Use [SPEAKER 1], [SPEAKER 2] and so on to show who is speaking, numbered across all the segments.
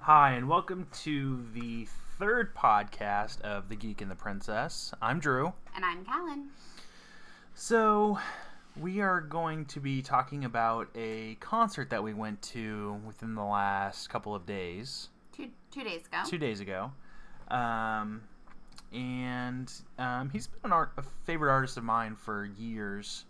[SPEAKER 1] Hi, and welcome to the third podcast of The Geek and the Princess. I'm Drew.
[SPEAKER 2] And I'm Callan.
[SPEAKER 1] So, we are going to be talking about a concert that we went to within the last couple of days,
[SPEAKER 2] Two two days ago.
[SPEAKER 1] two days ago. Um, and um, he's been an art, a favorite artist of mine for years.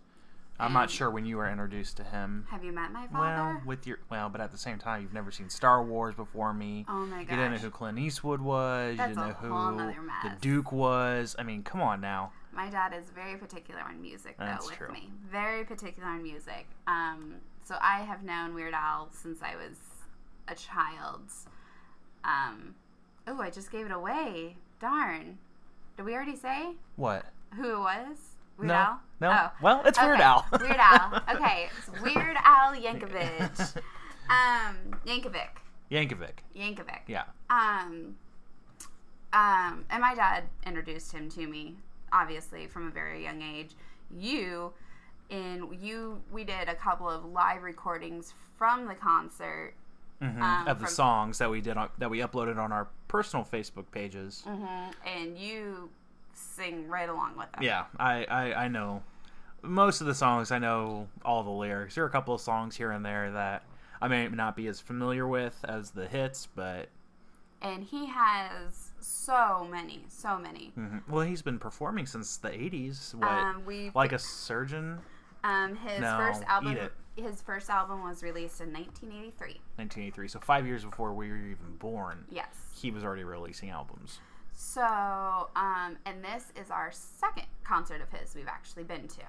[SPEAKER 1] I'm not
[SPEAKER 2] And-
[SPEAKER 1] sure when you were introduced to him.
[SPEAKER 2] Have you met my father?
[SPEAKER 1] Well, with your well, but at the same time, you've never seen Star Wars before me.
[SPEAKER 2] oh my
[SPEAKER 1] You didn't know
[SPEAKER 2] gosh.
[SPEAKER 1] who Clint Eastwood was.
[SPEAKER 2] That's
[SPEAKER 1] you didn't
[SPEAKER 2] a
[SPEAKER 1] know
[SPEAKER 2] whole
[SPEAKER 1] who
[SPEAKER 2] nother
[SPEAKER 1] the
[SPEAKER 2] mess.
[SPEAKER 1] Duke was. I mean, come on now.
[SPEAKER 2] My dad is very particular on music though
[SPEAKER 1] That's
[SPEAKER 2] with
[SPEAKER 1] true.
[SPEAKER 2] me. Very particular on music. Um so I have known Weird Al since I was a child. Um Oh, I just gave it away. Darn. Did we already say
[SPEAKER 1] What?
[SPEAKER 2] who it was? Weird
[SPEAKER 1] no.
[SPEAKER 2] Al?
[SPEAKER 1] No.
[SPEAKER 2] Oh.
[SPEAKER 1] Well, it's Weird
[SPEAKER 2] Okay,
[SPEAKER 1] Al.
[SPEAKER 2] Weird Al. Okay. It's Weird Al Yankovic. um Yankovic.
[SPEAKER 1] Yankovic.
[SPEAKER 2] Yankovic.
[SPEAKER 1] Yeah.
[SPEAKER 2] Um, um, and my dad introduced him to me, obviously from a very young age. You, in you, we did a couple of live recordings from the concert.
[SPEAKER 1] Mhm.
[SPEAKER 2] Um,
[SPEAKER 1] of the
[SPEAKER 2] from-
[SPEAKER 1] songs that we did on, that we uploaded on our personal Facebook pages.
[SPEAKER 2] Mm-hmm. and you sing right along with them.
[SPEAKER 1] Yeah, I, I I know most of the songs. I know all the lyrics. There are a couple of songs here and there that I may not be as familiar with as the hits, but
[SPEAKER 2] And he has so many, so many.
[SPEAKER 1] mhm. well, he's been performing since the '80s. What?
[SPEAKER 2] Um, we
[SPEAKER 1] like a surgeon.
[SPEAKER 2] um his
[SPEAKER 1] No,
[SPEAKER 2] first album.
[SPEAKER 1] eat it.
[SPEAKER 2] His first album was released in 1983.
[SPEAKER 1] 1983. So five years before we were even born,
[SPEAKER 2] Yes.
[SPEAKER 1] he was already releasing albums.
[SPEAKER 2] So, um, and this is our second concert of his we've actually been to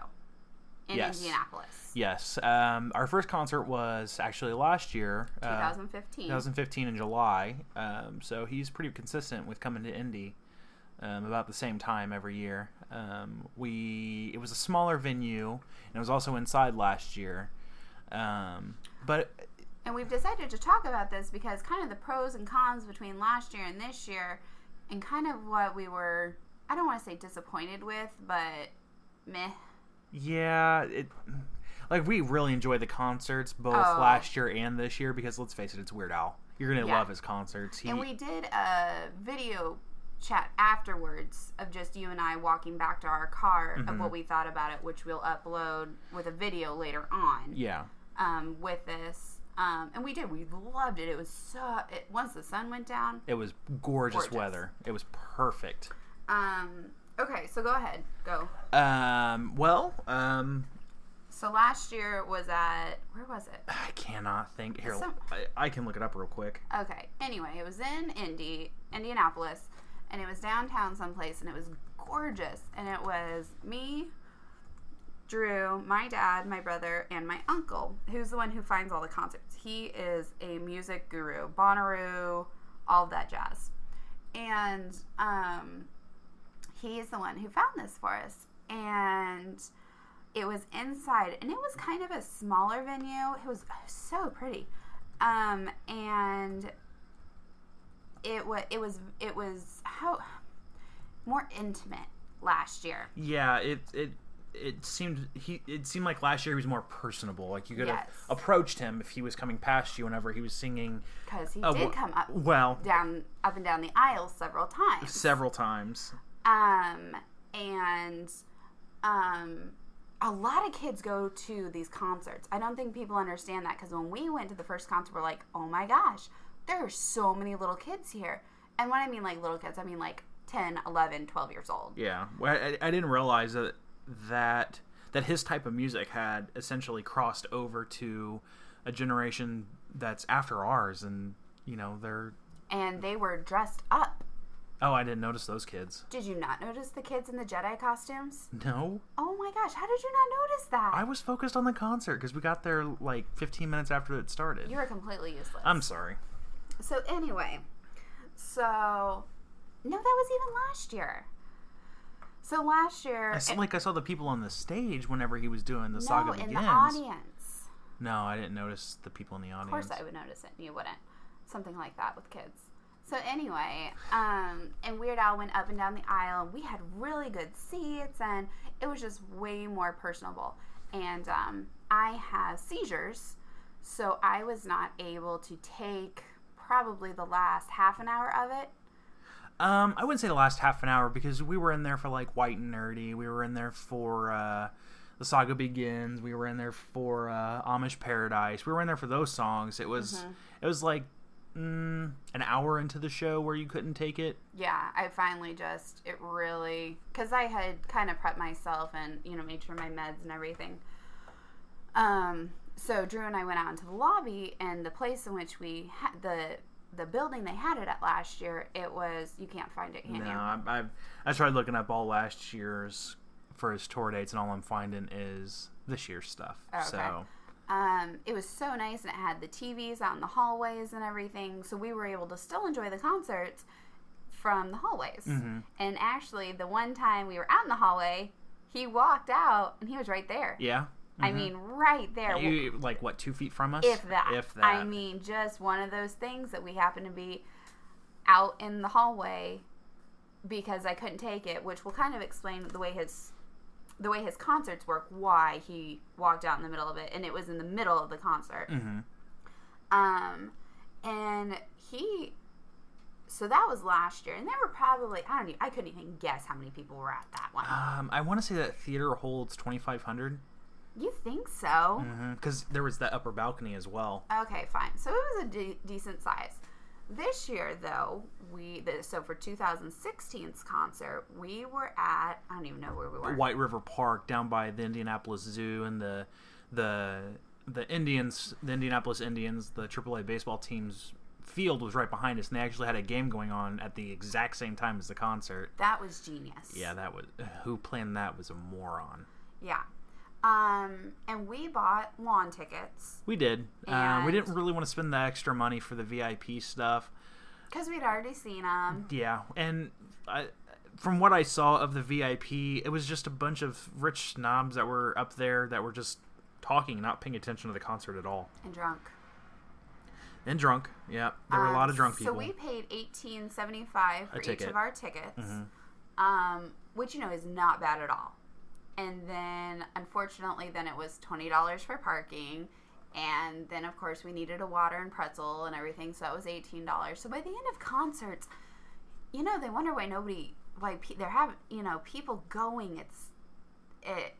[SPEAKER 2] in
[SPEAKER 1] Yes.
[SPEAKER 2] Indianapolis,
[SPEAKER 1] Yes. Um, our first concert was actually last year, uh,
[SPEAKER 2] 2015.
[SPEAKER 1] 2015 in July. Um, so he's pretty consistent with coming to Indy um, about the same time every year. Um, we it was a smaller venue and it was also inside last year, um, but
[SPEAKER 2] And we've decided to talk about this because kind of the pros and cons between last year and this year, and kind of what we were, I don't want to say disappointed with, but meh.
[SPEAKER 1] Yeah, it like we really enjoyed the concerts both
[SPEAKER 2] Oh.
[SPEAKER 1] last year and this year because let's face it, it's Weird Al. You're gonna
[SPEAKER 2] Yeah.
[SPEAKER 1] love his concerts. He,
[SPEAKER 2] And we did a video chat afterwards of just you and I walking back to our car of what we thought about it, which we'll upload with a video later on.
[SPEAKER 1] yeah,
[SPEAKER 2] um, with this, um, and we did. We loved it. It was so. It, once the sun went down.
[SPEAKER 1] it was gorgeous,
[SPEAKER 2] Gorgeous.
[SPEAKER 1] weather. It was perfect.
[SPEAKER 2] Um, okay, so go ahead. Go.
[SPEAKER 1] Um, well, um,
[SPEAKER 2] So last year was at where was it?
[SPEAKER 1] I cannot think. Here,
[SPEAKER 2] Some-
[SPEAKER 1] I, I can look it up real quick.
[SPEAKER 2] Okay. Anyway, it was in Indy, Indianapolis, and it was downtown someplace, and it was gorgeous. And it was me, Drew, my dad, my brother, and my uncle, who's the one who finds all the concerts. He is a music guru, Bonnaroo, all of that jazz. And um, he is the one who found this for us. And it was inside, and it was kind of a smaller venue. It was so pretty. Um, and it was it was it was how more intimate last year.
[SPEAKER 1] Yeah, it it it seemed he it seemed like last year he was more personable. Like you could have
[SPEAKER 2] Yes.
[SPEAKER 1] approached him if he was coming past you whenever he was singing.
[SPEAKER 2] because he
[SPEAKER 1] uh,
[SPEAKER 2] did
[SPEAKER 1] wh-
[SPEAKER 2] come up
[SPEAKER 1] Well,
[SPEAKER 2] down up and down the aisle several times
[SPEAKER 1] several times.
[SPEAKER 2] um and um a lot of kids go to these concerts i don't think people understand that because when we went to the first concert we're like oh my gosh there are so many little kids here and when i mean like little kids i mean like 10 11 12 years old
[SPEAKER 1] Yeah, well, I, I didn't realize that that that his type of music had essentially crossed over to a generation that's after ours, and you know they're
[SPEAKER 2] and they were dressed up
[SPEAKER 1] oh I didn't notice those kids.
[SPEAKER 2] did you not notice the kids in the jedi costumes
[SPEAKER 1] No,
[SPEAKER 2] oh my gosh how did you not notice that
[SPEAKER 1] I was focused on the concert because we got there like 15 minutes after it started.
[SPEAKER 2] you were completely useless
[SPEAKER 1] I'm sorry.
[SPEAKER 2] So anyway, so no, that was even last year. So last year,
[SPEAKER 1] I s- like I saw the people on the stage whenever he was doing the
[SPEAKER 2] no,
[SPEAKER 1] saga
[SPEAKER 2] in
[SPEAKER 1] begins.
[SPEAKER 2] the audience.
[SPEAKER 1] No, I didn't notice the people in the
[SPEAKER 2] Of
[SPEAKER 1] audience.
[SPEAKER 2] course, I would notice it, and you wouldn't. Something like that with kids. So anyway, um, and Weird Al went up and down the aisle. and We had really good seats, and it was just way more personable. And um, I have seizures, so I was not able to take probably the last half an hour of it.
[SPEAKER 1] Um, I wouldn't say the last half an hour because we were in there for like White and Nerdy. We were in there for uh, the Saga Begins. We were in there for uh, Amish Paradise. We were in there for those songs. It was
[SPEAKER 2] Mm-hmm.
[SPEAKER 1] it was like mm, an hour into the show where you couldn't take it.
[SPEAKER 2] Yeah, I finally just it really because I had kind of prepped myself and you know made sure my meds and everything. Um, so Drew and I went out into the lobby, and the place in which we had the the building they had it at last year, it was you can't find it, can
[SPEAKER 1] No,
[SPEAKER 2] you?
[SPEAKER 1] I, I I tried looking up all last year's for his tour dates, and all I'm finding is this year's stuff.
[SPEAKER 2] Oh, okay.
[SPEAKER 1] So
[SPEAKER 2] Um, it was so nice, and it had the TVs out in the hallways and everything, so we were able to still enjoy the concerts from the hallways. And actually, the one time we were out in the hallway, he walked out and he was right there.
[SPEAKER 1] yeah,
[SPEAKER 2] I mean, right there.
[SPEAKER 1] Mm-hmm. you like what two feet from us?
[SPEAKER 2] if that.
[SPEAKER 1] If that.
[SPEAKER 2] I mean, just one of those things that we happened to be out in the hallway because I couldn't take it, which will kind of explain the way his the way his concerts work, why he walked out in the middle of it, and it was in the middle of the concert.
[SPEAKER 1] Mhm.
[SPEAKER 2] Um, and he. So that was last year, and there were probably I don't even, I couldn't even guess how many people were at that one.
[SPEAKER 1] Um, I want to say that theater holds 2,500
[SPEAKER 2] You think so?
[SPEAKER 1] because there was that upper balcony as well.
[SPEAKER 2] Okay, fine. So it was a de- decent size. This year, though, we the, so for 2016's concert, we were at I don't even know where we were.
[SPEAKER 1] White River Park down by the Indianapolis Zoo and the the the Indians, the Indianapolis Indians, the AAA baseball team's field was right behind us, and they actually had a game going on at the exact same time as the concert.
[SPEAKER 2] That was genius.
[SPEAKER 1] Yeah, that was who planned that was a moron.
[SPEAKER 2] Yeah. Um, and we bought lawn tickets
[SPEAKER 1] We did. Uh, we
[SPEAKER 2] And-
[SPEAKER 1] didn't really want to spend the extra money for the VIP stuff.
[SPEAKER 2] because we'd already seen them.
[SPEAKER 1] Yeah, and I, from what I saw of the VIP, it was just a bunch of rich snobs that were up there that were just talking, not paying attention to the concert at all,
[SPEAKER 2] and drunk.
[SPEAKER 1] and drunk. Yeah, there were a lot
[SPEAKER 2] Um,
[SPEAKER 1] of drunk people.
[SPEAKER 2] So we paid eighteen seventy five for each
[SPEAKER 1] ticket. Mm-hmm.
[SPEAKER 2] of our tickets, um, which you know is not bad at all. And then, unfortunately, then it was twenty dollars for parking, and then of course we needed a water and pretzel and everything, so that was eighteen dollars. So by the end of concerts, you know, they wonder why nobody, why pe- they're having, you know, people going. It's it.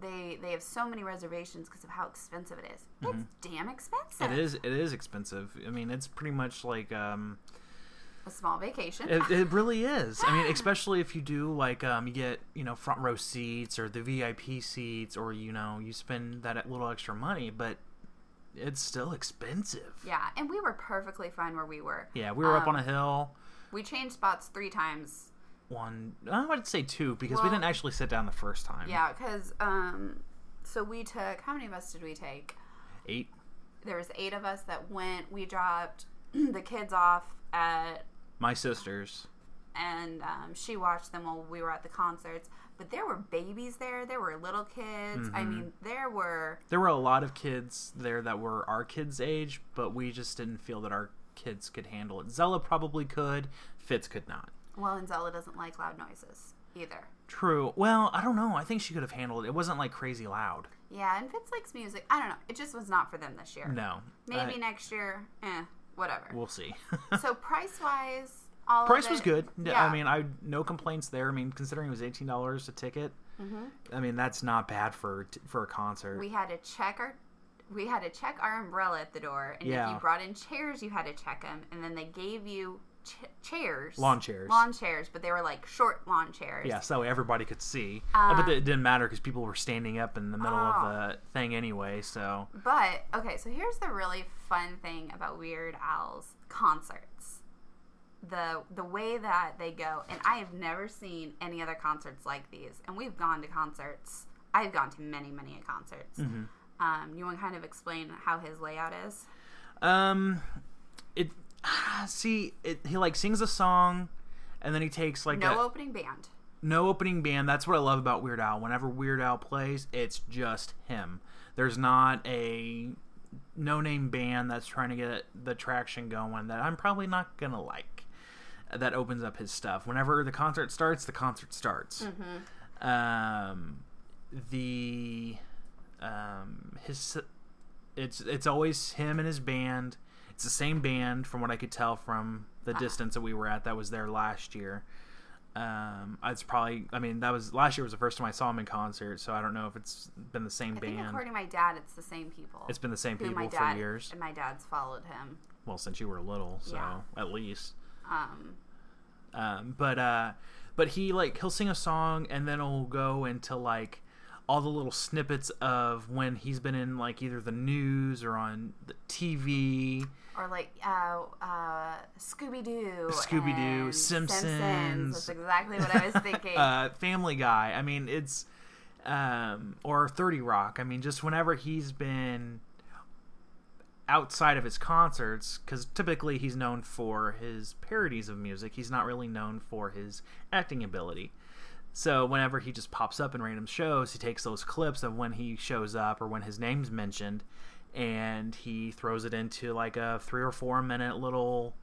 [SPEAKER 2] They they have so many reservations because of how expensive it is. It's damn expensive.
[SPEAKER 1] Mm-hmm. It is it is expensive. I mean, it's pretty much like um,
[SPEAKER 2] A small vacation.
[SPEAKER 1] it, it really is. I mean, especially if you do like um, you get you know front row seats or the VIP seats, or you know you spend that e, little extra money, but it's still expensive.
[SPEAKER 2] Yeah, and we were perfectly fine where we were.
[SPEAKER 1] Yeah, we were up on
[SPEAKER 2] Um,
[SPEAKER 1] a hill.
[SPEAKER 2] We changed spots three times.
[SPEAKER 1] one. I would say two because we
[SPEAKER 2] Well-
[SPEAKER 1] didn't actually sit down the first time.
[SPEAKER 2] Yeah, because um, so we took how many of us did we take?
[SPEAKER 1] eight.
[SPEAKER 2] There was eight of us that went. We dropped the kids off at,
[SPEAKER 1] My sisters.
[SPEAKER 2] and um, she watched them while we were at the concerts. But there were babies there. There were little kids. I
[SPEAKER 1] Mm-hmm.
[SPEAKER 2] mean, there were
[SPEAKER 1] There were a lot of kids there that were our kids' age, but we just didn't feel that our kids could handle it. Zella probably could. Fitz could not.
[SPEAKER 2] well, and Zella doesn't like loud noises either.
[SPEAKER 1] True. Well, I don't know. I think she could have handled it. It wasn't like crazy loud.
[SPEAKER 2] Yeah, and Fitz likes music. I don't know. It just was not for them this year.
[SPEAKER 1] No.
[SPEAKER 2] Maybe
[SPEAKER 1] I-
[SPEAKER 2] next year. Eh, whatever.
[SPEAKER 1] We'll see.
[SPEAKER 2] so price wise, all of
[SPEAKER 1] Price was
[SPEAKER 2] it-
[SPEAKER 1] good.
[SPEAKER 2] Yeah.
[SPEAKER 1] I mean, I no complaints there. I mean, considering it was eighteen dollars a ticket, I mean that's not bad for for a concert.
[SPEAKER 2] Mm-hmm. we had to check our we had to check our umbrella at the door, and if
[SPEAKER 1] Yeah.
[SPEAKER 2] you brought in chairs, you had to check them, and then they gave you ch- chairs,
[SPEAKER 1] Lawn chairs.
[SPEAKER 2] lawn chairs, but they were like short lawn chairs.
[SPEAKER 1] Yeah, so everybody could see. Uh, but it didn't matter because people were standing up in the middle of
[SPEAKER 2] Oh.
[SPEAKER 1] the thing anyway. So
[SPEAKER 2] But okay, so here's the really fun thing about Weird Al's concerts. The the way that they go, and I have never seen any other concerts like these. And we've gone to concerts. I've gone to many, many a concerts.
[SPEAKER 1] Mm-hmm.
[SPEAKER 2] Um, you want to kind of explain how his layout is?
[SPEAKER 1] um, it ah, see it, he like sings a song, and then he takes like
[SPEAKER 2] No
[SPEAKER 1] a,
[SPEAKER 2] opening band.
[SPEAKER 1] no opening band. That's what I love about Weird Al. Whenever Weird Al plays, it's just him. There's not a no name band that's trying to get the traction going that I'm probably not gonna like. uh, That opens up his stuff. Whenever the concert starts, the concert starts.
[SPEAKER 2] Mm-hmm.
[SPEAKER 1] Um, the um, his it's it's always him and his band. It's the same band from what I could tell from the
[SPEAKER 2] Ah.
[SPEAKER 1] distance that we were at. That was there last year. Um, it's probably. I mean, that was last year was the first time I saw them in concert, so I don't know if it's been the same
[SPEAKER 2] I think
[SPEAKER 1] band.
[SPEAKER 2] according to my dad, it's the same people.
[SPEAKER 1] It's been the same
[SPEAKER 2] who
[SPEAKER 1] people
[SPEAKER 2] my
[SPEAKER 1] for
[SPEAKER 2] dad,
[SPEAKER 1] years.
[SPEAKER 2] And my dad's followed him.
[SPEAKER 1] Well, since you were little, so
[SPEAKER 2] Yeah.
[SPEAKER 1] at least.
[SPEAKER 2] Um,
[SPEAKER 1] um, but uh, but he like he'll sing a song and then he'll go into like all the little snippets of when he's been in like either the news or on the TV.
[SPEAKER 2] or like uh, uh, Scooby Doo,
[SPEAKER 1] Scooby-Doo, Simpsons.
[SPEAKER 2] Simpsons. That's exactly what I was thinking.
[SPEAKER 1] uh, Family Guy. I mean, it's um, or Thirty Rock. I mean, just whenever he's been outside of his concerts, because typically he's known for his parodies of music. He's not really known for his acting ability. So whenever he just pops up in random shows, he takes those clips of when he shows up or when his name's mentioned, and he throws it into like a three or four minute little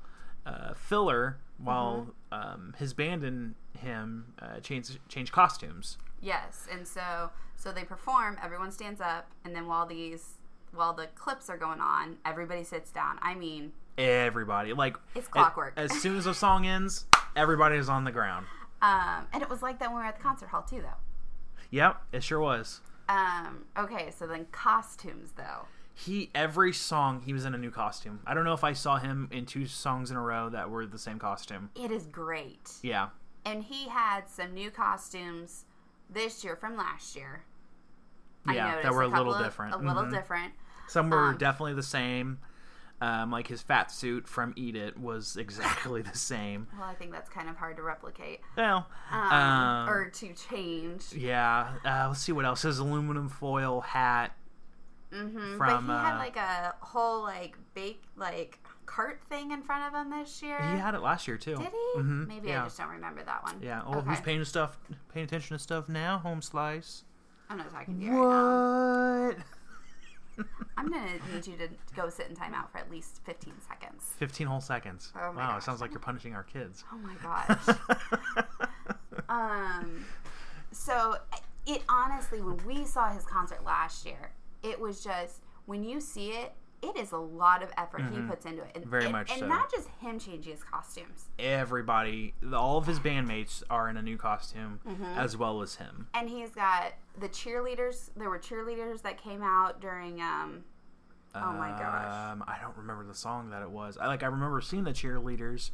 [SPEAKER 1] uh, filler while
[SPEAKER 2] Mm-hmm.
[SPEAKER 1] um, his band and him uh, change change costumes.
[SPEAKER 2] Yes, and so so they perform. Everyone stands up, and then while these while the clips are going on, everybody sits down. I mean,
[SPEAKER 1] Everybody like
[SPEAKER 2] It's
[SPEAKER 1] a-
[SPEAKER 2] clockwork.
[SPEAKER 1] as soon as the song ends, everybody is on the ground.
[SPEAKER 2] um, and it was like that when we were at the concert hall too, though.
[SPEAKER 1] Yep, it sure was.
[SPEAKER 2] Um, okay, so then costumes though.
[SPEAKER 1] He every song he was in a new costume. I don't know if I saw him in two songs in a row that were the same costume.
[SPEAKER 2] It is great,
[SPEAKER 1] Yeah.
[SPEAKER 2] and he had some new costumes this year from last year. I
[SPEAKER 1] Yeah, that
[SPEAKER 2] noticed
[SPEAKER 1] were a little
[SPEAKER 2] couple of-
[SPEAKER 1] different.
[SPEAKER 2] A little
[SPEAKER 1] Mhm.
[SPEAKER 2] different.
[SPEAKER 1] Some were
[SPEAKER 2] Um,
[SPEAKER 1] definitely the same. Um, like his fat suit from Eat It was exactly the same.
[SPEAKER 2] Well, I think that's kind of hard to replicate
[SPEAKER 1] Well,
[SPEAKER 2] um,
[SPEAKER 1] um,
[SPEAKER 2] or to change.
[SPEAKER 1] yeah. Uh, let's see what else. His aluminum foil hat.
[SPEAKER 2] Mhm,
[SPEAKER 1] from,
[SPEAKER 2] but he
[SPEAKER 1] uh,
[SPEAKER 2] had like a whole like bake like cart thing in front of him this year.
[SPEAKER 1] He had it last year too.
[SPEAKER 2] Did he?
[SPEAKER 1] Mhm,
[SPEAKER 2] Maybe
[SPEAKER 1] yeah.
[SPEAKER 2] I just don't remember that one.
[SPEAKER 1] Yeah. Oh, who's paying stuff? Paying attention to stuff now? Home slice.
[SPEAKER 2] I'm not talking to you right
[SPEAKER 1] What?
[SPEAKER 2] now. I'm gonna need you to go sit in timeout for at least 15 seconds.
[SPEAKER 1] Fifteen whole seconds.
[SPEAKER 2] Oh my
[SPEAKER 1] wow,
[SPEAKER 2] gosh.
[SPEAKER 1] it sounds like you're punishing our kids.
[SPEAKER 2] Oh my gosh. um, so it honestly, when we saw his concert last year, it was just when you see it, it is a lot of effort he puts into it, and
[SPEAKER 1] Mm-hmm. Very
[SPEAKER 2] and-
[SPEAKER 1] much
[SPEAKER 2] and
[SPEAKER 1] so.
[SPEAKER 2] not just him changing his costumes.
[SPEAKER 1] Everybody, all of his bandmates are in a new costume,
[SPEAKER 2] Mm-hmm.
[SPEAKER 1] as well as him.
[SPEAKER 2] and he's got the cheerleaders. There were cheerleaders that came out during. Um, oh my gosh!
[SPEAKER 1] Um, I don't remember the song that it was. I like I remember seeing the cheerleaders.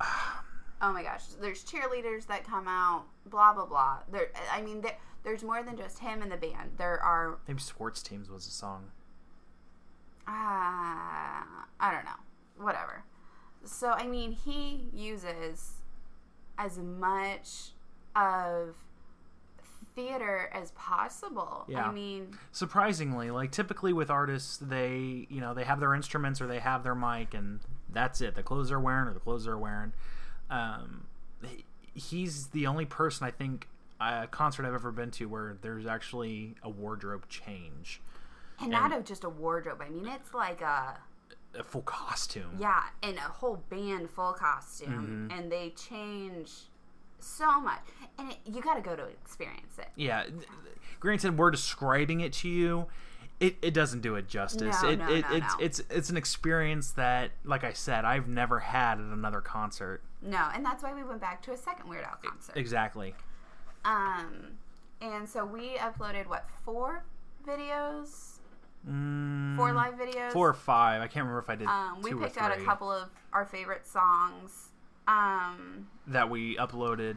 [SPEAKER 2] Oh my gosh! There's cheerleaders that come out. Blah blah blah. There. I mean, there, there's more than just him and the band. There are.
[SPEAKER 1] Maybe Sports Teams was the song.
[SPEAKER 2] Uh, I don't know. Whatever. So I mean, he uses as much of theater as possible.
[SPEAKER 1] Yeah.
[SPEAKER 2] I mean,
[SPEAKER 1] Surprisingly, like typically with artists, they you know they have their instruments or they have their mic and that's it. The clothes they're wearing or the clothes they're wearing. Um, he- he's the only person I think a concert I've ever been to where there's actually a wardrobe change,
[SPEAKER 2] and not of just a wardrobe. I mean, it's like a
[SPEAKER 1] a full costume.
[SPEAKER 2] Yeah, and a whole band full costume,
[SPEAKER 1] Mm-hmm.
[SPEAKER 2] and they change so much, and it, you got to go to experience it.
[SPEAKER 1] yeah th- th- granted we're describing it to you it, it doesn't do it justice
[SPEAKER 2] No,
[SPEAKER 1] it,
[SPEAKER 2] no,
[SPEAKER 1] it
[SPEAKER 2] no,
[SPEAKER 1] it's,
[SPEAKER 2] no.
[SPEAKER 1] it's it's an experience that like i said i've never had at another concert
[SPEAKER 2] No, and that's why we went back to a second Weird
[SPEAKER 1] E-,
[SPEAKER 2] Al concert.
[SPEAKER 1] exactly
[SPEAKER 2] Um, and so we uploaded what four videos,
[SPEAKER 1] mm,
[SPEAKER 2] four live videos.
[SPEAKER 1] four or five i can't remember if i did
[SPEAKER 2] Um, we
[SPEAKER 1] two
[SPEAKER 2] picked
[SPEAKER 1] or
[SPEAKER 2] out a
[SPEAKER 1] three
[SPEAKER 2] couple of our favorite songs. Um,
[SPEAKER 1] that we uploaded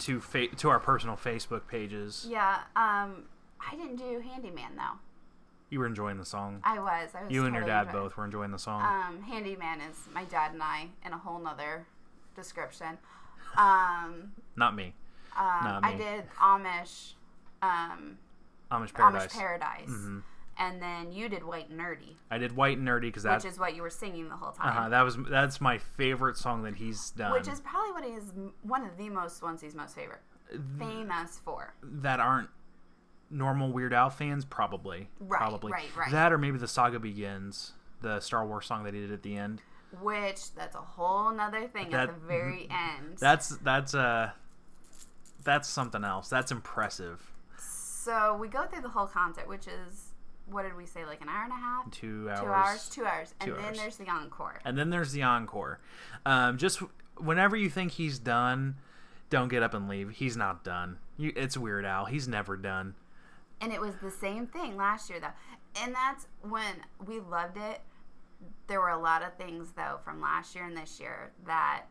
[SPEAKER 1] to fa- to our personal facebook pages
[SPEAKER 2] yeah. Um, I didn't do Handyman though.
[SPEAKER 1] you were enjoying the song
[SPEAKER 2] I was. I was.
[SPEAKER 1] you and your
[SPEAKER 2] totally
[SPEAKER 1] dad
[SPEAKER 2] enjoying it.
[SPEAKER 1] both were enjoying the song
[SPEAKER 2] Um, handyman is my dad and I in a whole nother description. Um,
[SPEAKER 1] not me
[SPEAKER 2] um,
[SPEAKER 1] Not
[SPEAKER 2] I
[SPEAKER 1] me.
[SPEAKER 2] did Amish, um,
[SPEAKER 1] amish paradise
[SPEAKER 2] Amish
[SPEAKER 1] Mm-hmm.
[SPEAKER 2] Paradise, and then you did White Nerdy,
[SPEAKER 1] i did white and nerdy because that's
[SPEAKER 2] which is what you were singing the whole
[SPEAKER 1] uh,
[SPEAKER 2] time.
[SPEAKER 1] that was that's my favorite song that he's done
[SPEAKER 2] Which is probably what he is m- one of the most ones he's most favorite,
[SPEAKER 1] Uh,
[SPEAKER 2] famous for.
[SPEAKER 1] that aren't normal Weird Al fans, probably.
[SPEAKER 2] Right,
[SPEAKER 1] probably.
[SPEAKER 2] right, right.
[SPEAKER 1] That or maybe the Saga Begins, the Star Wars song that he did at the end.
[SPEAKER 2] Which that's a whole nother thing
[SPEAKER 1] That-
[SPEAKER 2] at the very end.
[SPEAKER 1] That's that's uh that's something else. That's impressive.
[SPEAKER 2] so we go through the whole concert, which is what did we say, like an hour and a half?
[SPEAKER 1] Two hours.
[SPEAKER 2] Two hours, two hours. And
[SPEAKER 1] Two
[SPEAKER 2] then
[SPEAKER 1] hours.
[SPEAKER 2] there's the encore.
[SPEAKER 1] And then there's the encore. Um, just whenever you think he's done, don't get up and leave. He's not done. You, it's Weird Al. He's never done.
[SPEAKER 2] And it was the same thing last year, though. And that's when we loved it. There were a lot of things, though, from last year and this year that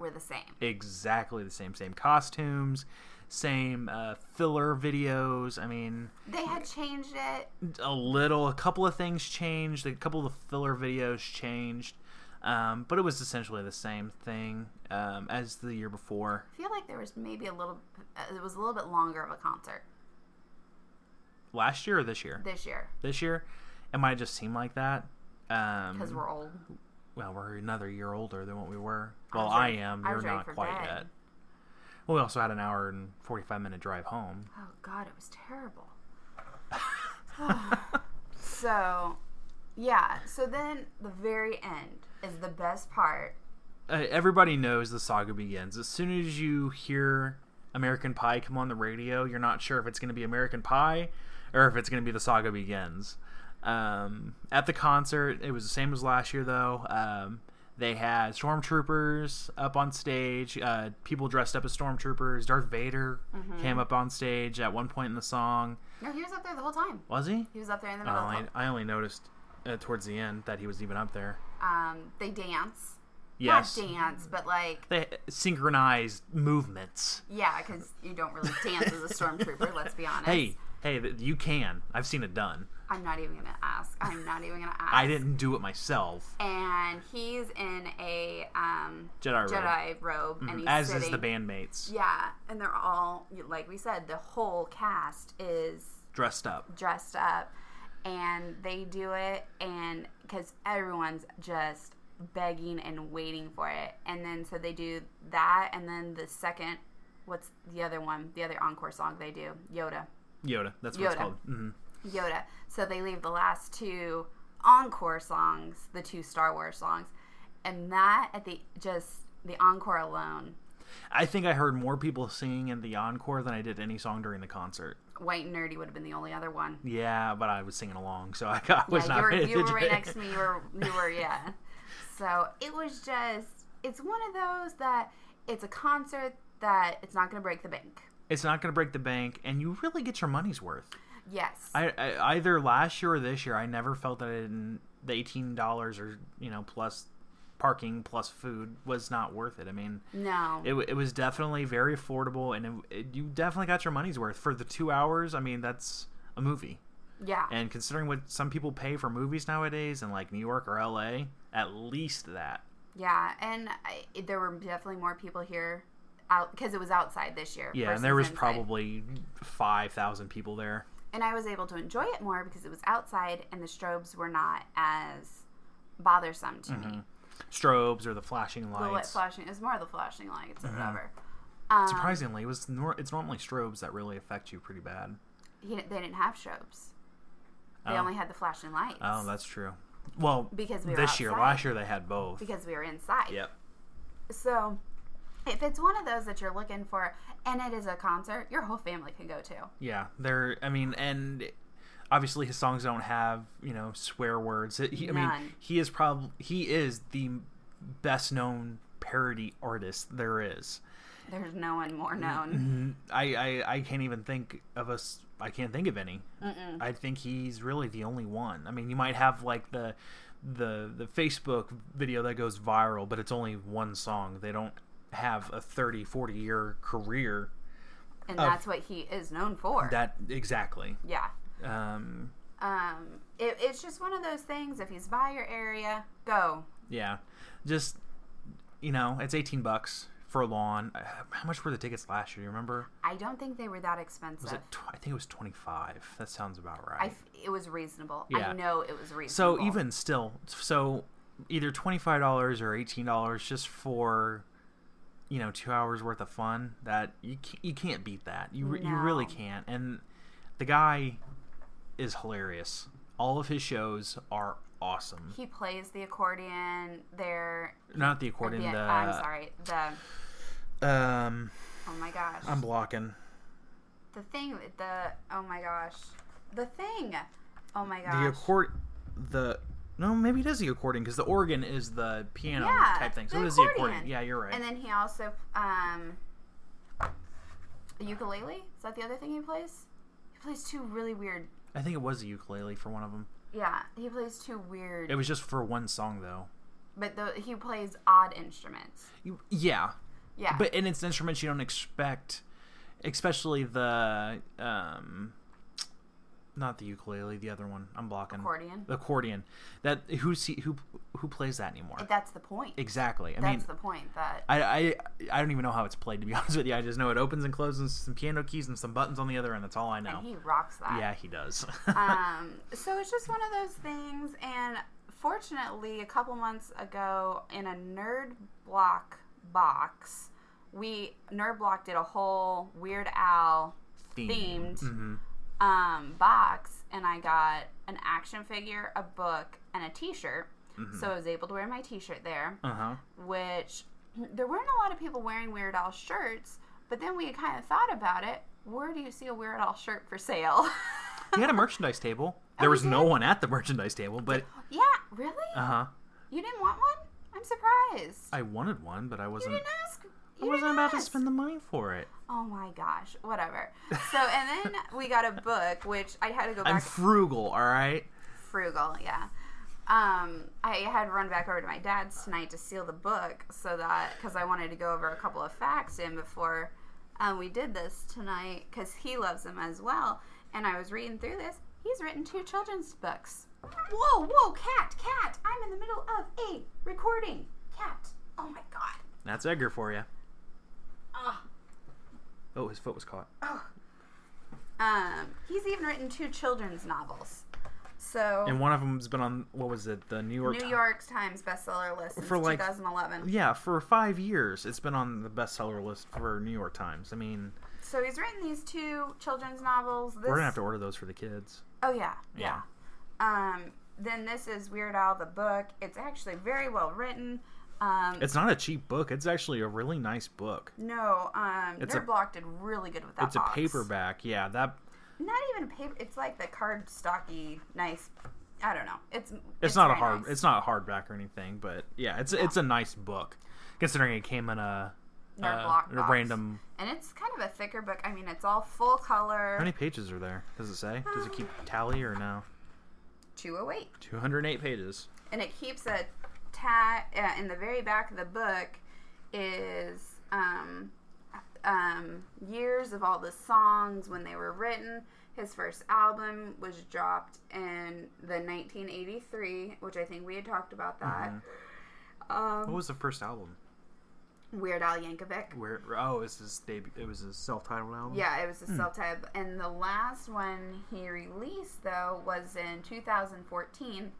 [SPEAKER 2] were the same.
[SPEAKER 1] Exactly the same. Same costumes, same uh, filler videos. I mean,
[SPEAKER 2] They had changed it.
[SPEAKER 1] a little, a couple of things changed. A couple of the filler videos changed. Um, but it was essentially the same thing um, as the year before.
[SPEAKER 2] I feel like there was maybe a little, uh, it was a little bit longer of a concert
[SPEAKER 1] Last year or this year?
[SPEAKER 2] this year
[SPEAKER 1] This year? It might just seem like that. Um,
[SPEAKER 2] because we're old.
[SPEAKER 1] well, we're another year older than what we were.
[SPEAKER 2] I was
[SPEAKER 1] Well, I
[SPEAKER 2] ready-
[SPEAKER 1] am.
[SPEAKER 2] I
[SPEAKER 1] You're
[SPEAKER 2] was ready
[SPEAKER 1] not
[SPEAKER 2] for
[SPEAKER 1] quite
[SPEAKER 2] bed.
[SPEAKER 1] yet. Well, we also had an hour and 45 minute drive home.
[SPEAKER 2] Oh, God, it was terrible. so, yeah. So then the very end is the best part.
[SPEAKER 1] Uh, everybody knows the saga begins. As soon as you hear American Pie come on the radio, you're not sure if it's going to be American Pie or if it's going to be the saga begins. Um, at the concert, it was the same as last year, though. Um, they had stormtroopers up on stage, uh, people dressed up as stormtroopers. Darth Vader came up on stage at one point in the song.
[SPEAKER 2] No, he was up there the whole time.
[SPEAKER 1] Was he?
[SPEAKER 2] He was up there in the middle. of the
[SPEAKER 1] I only, I only noticed uh, towards the end that he was even up there.
[SPEAKER 2] um, they dance.
[SPEAKER 1] Yes.
[SPEAKER 2] Not dance, but like,
[SPEAKER 1] They synchronized movements.
[SPEAKER 2] yeah, because you don't really dance as a stormtrooper, let's be honest.
[SPEAKER 1] Hey, hey, th- you can. I've seen it done.
[SPEAKER 2] I'm not even going to ask. I'm not even going to ask.
[SPEAKER 1] I didn't do it myself.
[SPEAKER 2] And he's in a um,
[SPEAKER 1] Jedi robe. Mm-hmm.
[SPEAKER 2] Jedi robe. and he's
[SPEAKER 1] As
[SPEAKER 2] sitting.
[SPEAKER 1] is the bandmates
[SPEAKER 2] Yeah, and they're all, like we said, the whole cast is
[SPEAKER 1] dressed up.
[SPEAKER 2] dressed up. And they do it, and because everyone's just begging and waiting for it. And then so they do that, and then the second, what's the other one? The other encore song they do Yoda.
[SPEAKER 1] Yoda. That's what it's
[SPEAKER 2] Yoda.
[SPEAKER 1] called. hmm
[SPEAKER 2] Yoda. So they leave the last two encore songs, the two Star Wars songs, and that at the just the encore alone,
[SPEAKER 1] I think I heard more people singing in the encore than I did any song during the concert.
[SPEAKER 2] White and Nerdy would have been the only other one.
[SPEAKER 1] Yeah, but I was singing along, so I, I was
[SPEAKER 2] yeah,
[SPEAKER 1] not
[SPEAKER 2] you were
[SPEAKER 1] paying
[SPEAKER 2] you were
[SPEAKER 1] attention.
[SPEAKER 2] right next to me. You were you were yeah. So it was just it's one of those that it's a concert that it's not going to break the bank.
[SPEAKER 1] It's not going to break the bank, and you really get your money's worth.
[SPEAKER 2] Yes.
[SPEAKER 1] I, I either last year or this year, I never felt that it, the eighteen dollars or you know plus parking plus food was not worth it. I mean,
[SPEAKER 2] no.
[SPEAKER 1] it, w- it was definitely very affordable, and it, it- you definitely got your money's worth for the two hours. I mean, that's a movie,
[SPEAKER 2] yeah.
[SPEAKER 1] and considering what some people pay for movies nowadays in like New York or L.A., at least that.
[SPEAKER 2] Yeah, and I, there were definitely more people here out because it was outside this year.
[SPEAKER 1] Yeah,
[SPEAKER 2] versus
[SPEAKER 1] and there was
[SPEAKER 2] inside.
[SPEAKER 1] probably five thousand people there.
[SPEAKER 2] and I was able to enjoy it more because it was outside and the strobes were not as bothersome to me.
[SPEAKER 1] Strobes or the flashing
[SPEAKER 2] The lit
[SPEAKER 1] Mm-hmm. lights. Mm-hmm.
[SPEAKER 2] flashing it was more the flashing lights or whatever. Um,
[SPEAKER 1] Surprisingly, it was nor- it's normally strobes that really affect you pretty bad.
[SPEAKER 2] he, they didn't have strobes. They
[SPEAKER 1] Oh.
[SPEAKER 2] only had the flashing lights
[SPEAKER 1] Oh, that's true. Well,
[SPEAKER 2] Because we were
[SPEAKER 1] this year,
[SPEAKER 2] outside.
[SPEAKER 1] last year they had both.
[SPEAKER 2] because we were inside.
[SPEAKER 1] yep.
[SPEAKER 2] So if it's one of those that you're looking for and it is a concert, your whole family can go to.
[SPEAKER 1] Yeah, they're. I mean, and obviously his songs don't have you know swear words. He, I mean,
[SPEAKER 2] None.
[SPEAKER 1] he is probably he is the best known parody artist there is.
[SPEAKER 2] There's no one more known.
[SPEAKER 1] Mm, I I, I can't even think of us. I can't think of any. I think he's really the only one. I mean, you might have like the the the Facebook video that goes viral, but it's only one song. They don't have a 30 40 year career
[SPEAKER 2] And that's what he is known for.
[SPEAKER 1] that exactly
[SPEAKER 2] yeah.
[SPEAKER 1] um
[SPEAKER 2] Um, it, it's just one of those things. If he's by your area, go.
[SPEAKER 1] Yeah, just you know, it's eighteen bucks for a lawn. Uh, How much were the tickets last year? Do you remember?
[SPEAKER 2] I don't think they were that expensive.
[SPEAKER 1] Was it? Tw- I think it was twenty five. That sounds about
[SPEAKER 2] I
[SPEAKER 1] right.
[SPEAKER 2] f- it was reasonable.
[SPEAKER 1] Yeah.
[SPEAKER 2] I know it was reasonable.
[SPEAKER 1] so even still, so either twenty five dollars or eighteen dollars just for you know two hours worth of fun. That you ca- you can't beat that. You re- you really
[SPEAKER 2] No.
[SPEAKER 1] can't. And the guy is hilarious. All of his shows are awesome.
[SPEAKER 2] he plays the accordion there.
[SPEAKER 1] Not the
[SPEAKER 2] or
[SPEAKER 1] accordion.
[SPEAKER 2] the-
[SPEAKER 1] The,
[SPEAKER 2] I'm sorry. The
[SPEAKER 1] Um,
[SPEAKER 2] oh my gosh.
[SPEAKER 1] I'm blocking.
[SPEAKER 2] the thing. The oh my gosh. The thing. Oh my
[SPEAKER 1] The
[SPEAKER 2] gosh.
[SPEAKER 1] accord, the no, maybe it is the accordion because the organ is the piano
[SPEAKER 2] Yeah,
[SPEAKER 1] type thing. So
[SPEAKER 2] the
[SPEAKER 1] it is the
[SPEAKER 2] accordion.
[SPEAKER 1] accordion. Yeah, you're right.
[SPEAKER 2] And then he also um a ukulele? Is that the other thing he plays? He plays two really weird
[SPEAKER 1] I think it was a ukulele for one of them.
[SPEAKER 2] yeah, he plays two weird
[SPEAKER 1] It was just for one song though.
[SPEAKER 2] but the, he plays odd instruments.
[SPEAKER 1] You, yeah,
[SPEAKER 2] Yeah.
[SPEAKER 1] but and it's instruments you don't expect, especially the um, not the ukulele, the other one. I'm blocking
[SPEAKER 2] accordion.
[SPEAKER 1] the accordion. That who see who who plays that anymore?
[SPEAKER 2] That's the point.
[SPEAKER 1] exactly. I
[SPEAKER 2] That's
[SPEAKER 1] mean,
[SPEAKER 2] the point that
[SPEAKER 1] I, I I don't even know how it's played to be honest with you. I just know it opens and closes and some piano keys and some buttons on the other end. That's all I know.
[SPEAKER 2] and he rocks that.
[SPEAKER 1] yeah, he does.
[SPEAKER 2] um, so it's just one of those things. And fortunately, a couple months ago, in a Nerd Block box, we Nerd Block did a whole Weird Al themed
[SPEAKER 1] Mhm.
[SPEAKER 2] um, box, and I got an action figure, a book, and a T-shirt. So I was able to wear my T-shirt there
[SPEAKER 1] Uh huh.
[SPEAKER 2] which there weren't a lot of people wearing Weird Al shirts, but then we kind of thought about it. Where do you see a Weird Al shirt for sale?
[SPEAKER 1] He had a merchandise table. There was
[SPEAKER 2] Oh, he
[SPEAKER 1] no
[SPEAKER 2] did?
[SPEAKER 1] one at the merchandise table, but
[SPEAKER 2] yeah, really?
[SPEAKER 1] uh huh.
[SPEAKER 2] You didn't want one? I'm surprised.
[SPEAKER 1] I wanted one, but I
[SPEAKER 2] You
[SPEAKER 1] wasn't.
[SPEAKER 2] didn't ask.
[SPEAKER 1] I
[SPEAKER 2] you
[SPEAKER 1] wasn't
[SPEAKER 2] didn't
[SPEAKER 1] about to
[SPEAKER 2] ask.
[SPEAKER 1] spend the money for it.
[SPEAKER 2] Oh my gosh, whatever. So, and then we got a book, which I had to go back.
[SPEAKER 1] I'm frugal, all right.
[SPEAKER 2] frugal, yeah. Um, I had to run back over to my dad's tonight to seal the book so that because I wanted to go over a couple of facts in before um, we did this tonight because he loves them as well. And I was reading through this. He's written two children's books. Whoa, whoa, cat, cat! I'm in the middle of a recording. Cat. Oh my god.
[SPEAKER 1] That's Edgar for you.
[SPEAKER 2] Ugh.
[SPEAKER 1] Oh, his foot was caught.
[SPEAKER 2] Um, he's even written two children's novels. So
[SPEAKER 1] And one of them's been on what was it? The New York.
[SPEAKER 2] New
[SPEAKER 1] Ti-
[SPEAKER 2] York Times bestseller list since
[SPEAKER 1] For, like-
[SPEAKER 2] 2011.
[SPEAKER 1] Yeah, for five years, it's been on the bestseller list for New York Times. I mean,
[SPEAKER 2] So he's written these two children's novels. This,
[SPEAKER 1] we're gonna have to order those for the kids.
[SPEAKER 2] Oh yeah, yeah.
[SPEAKER 1] Yeah.
[SPEAKER 2] Um, then this is Weird Al the book. It's actually very well written. Um,
[SPEAKER 1] It's not a cheap book. It's actually a really nice book.
[SPEAKER 2] no, um,
[SPEAKER 1] It's a-
[SPEAKER 2] Nerd Block did really good with that.
[SPEAKER 1] It's a
[SPEAKER 2] box.
[SPEAKER 1] paperback. Yeah, that
[SPEAKER 2] Not even a paper. It's like the card stocky, nice. I don't know. It's it's,
[SPEAKER 1] it's, not a
[SPEAKER 2] very
[SPEAKER 1] hard
[SPEAKER 2] nice.
[SPEAKER 1] it's not a hardback or anything, but yeah, it's it's a nice book considering it came in a
[SPEAKER 2] Nerd
[SPEAKER 1] uh,
[SPEAKER 2] Block
[SPEAKER 1] a
[SPEAKER 2] box.
[SPEAKER 1] random.
[SPEAKER 2] and it's kind of a thicker book. I mean, it's all full color.
[SPEAKER 1] How many pages are there? Does it say? Does it keep tally or no?
[SPEAKER 2] 208.
[SPEAKER 1] 208 pages.
[SPEAKER 2] and it keeps a tag uh, in the very back of the book is um, um, years of all the songs when they were written his first album was dropped in the 1983 which i think we had talked about that Um,
[SPEAKER 1] What was the first album?
[SPEAKER 2] weird al yankovic
[SPEAKER 1] Where oh, it's his debut. It was his self-titled album.
[SPEAKER 2] yeah it was a self-titled and the last one he released though was in 2014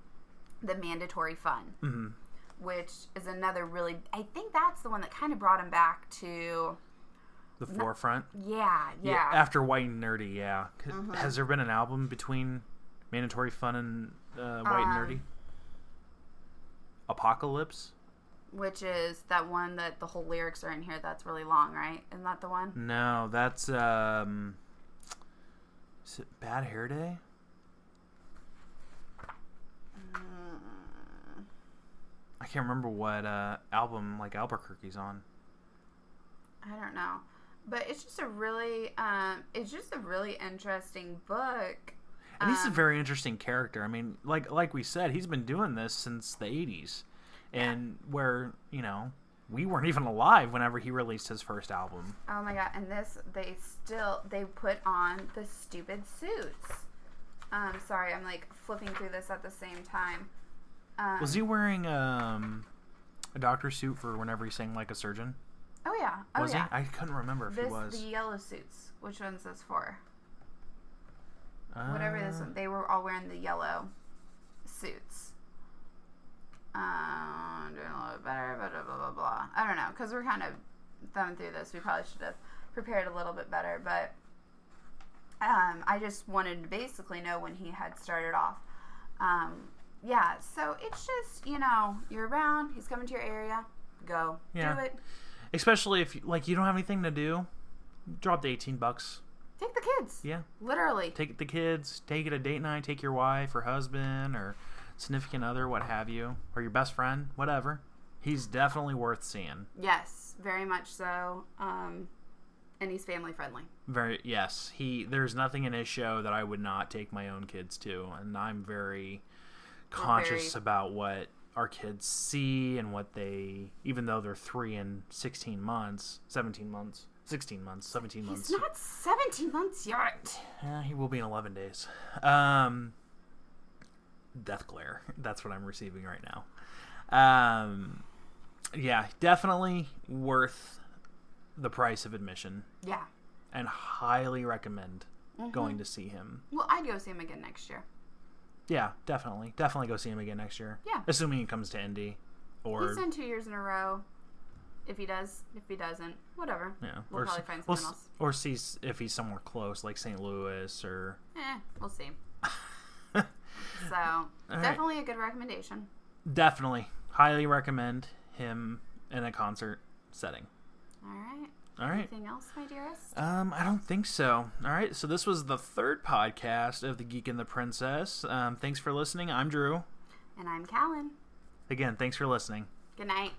[SPEAKER 2] the mandatory fun
[SPEAKER 1] hmm
[SPEAKER 2] which is another really i think that's the one that kind of brought him back to
[SPEAKER 1] The forefront.
[SPEAKER 2] yeah Mm-hmm. yeah,
[SPEAKER 1] After White and Nerdy, yeah. C- Has there been an album between Mandatory Fun and uh, White
[SPEAKER 2] Um,
[SPEAKER 1] and Nerdy? Apocalypse?
[SPEAKER 2] which is that one that the whole lyrics are in here that's really long right isn't that the
[SPEAKER 1] Hmm.
[SPEAKER 2] one
[SPEAKER 1] No, that's um. Is it Bad Hair Day?
[SPEAKER 2] Mm,
[SPEAKER 1] I can't remember what uh, album like Albuquerque's on.
[SPEAKER 2] i don't know but it's just a really um it's just a really interesting book
[SPEAKER 1] And he's a
[SPEAKER 2] Um,
[SPEAKER 1] very interesting character. I mean, like like we said, he's been doing this since the '80s, and where you know we weren't even alive whenever he released his first album.
[SPEAKER 2] oh my god and this they still they put on the stupid suits um sorry i'm like flipping through this at the same time um,
[SPEAKER 1] Was he wearing um, a doctor suit for whenever he sang like a surgeon?
[SPEAKER 2] oh yeah oh
[SPEAKER 1] Was
[SPEAKER 2] yeah
[SPEAKER 1] he? I couldn't remember if
[SPEAKER 2] this
[SPEAKER 1] he was.
[SPEAKER 2] the yellow suits which one's this for
[SPEAKER 1] Uh,
[SPEAKER 2] whatever this one, they were all wearing the yellow suits. Um, doing a little bit better, blah, blah, blah, blah, blah. I don't know, because we're kind of thumbing through this. We probably should have prepared a little bit better, but um, I just wanted to basically know when he had started off. Um, yeah, so it's just, you know, you're around, he's coming to your area, go,
[SPEAKER 1] Yeah.
[SPEAKER 2] do it.
[SPEAKER 1] Especially if you- like you don't have anything to do, drop the eighteen bucks.
[SPEAKER 2] Take the kids.
[SPEAKER 1] Yeah.
[SPEAKER 2] Literally.
[SPEAKER 1] Take the kids, take it a date night, take your wife or husband or significant other, what have you, or your best friend, whatever. He's definitely worth seeing.
[SPEAKER 2] Yes, very much so. Um, and he's family friendly.
[SPEAKER 1] Very yes, he there's nothing in his show that I would not take my own kids to, and I'm very conscious about what our kids see and what they even though they're 3 and 16 months, 17 months, 16 months, 17 months.
[SPEAKER 2] He's not 17 months yet.
[SPEAKER 1] Yeah, Eh, he will be in 11 days. Um, death glare. That's what I'm receiving right now. Um, yeah, definitely worth the price of admission
[SPEAKER 2] Yeah.
[SPEAKER 1] and highly recommend
[SPEAKER 2] Mm-hmm.
[SPEAKER 1] going to see him.
[SPEAKER 2] Well, I'd go see him again next year.
[SPEAKER 1] Yeah, definitely. Definitely go see him again next year.
[SPEAKER 2] Yeah.
[SPEAKER 1] Assuming he comes to Indy or
[SPEAKER 2] He's done two years in a row. If he does, if he doesn't, whatever.
[SPEAKER 1] yeah,
[SPEAKER 2] We'll
[SPEAKER 1] or
[SPEAKER 2] probably
[SPEAKER 1] s-
[SPEAKER 2] find
[SPEAKER 1] we'll
[SPEAKER 2] someone
[SPEAKER 1] s-
[SPEAKER 2] else.
[SPEAKER 1] or see s- if he's somewhere close like St. Louis or
[SPEAKER 2] Eh, we'll see. So,
[SPEAKER 1] right.
[SPEAKER 2] definitely a good recommendation.
[SPEAKER 1] definitely highly recommend him in a concert setting.
[SPEAKER 2] All right.
[SPEAKER 1] All right.
[SPEAKER 2] Anything else, my dearest?
[SPEAKER 1] Um, I don't think so. All right, so this was the third podcast of the Geek and the Princess. Um, thanks for listening. I'm Drew.
[SPEAKER 2] And I'm Callan.
[SPEAKER 1] Again, thanks for listening.
[SPEAKER 2] Good night.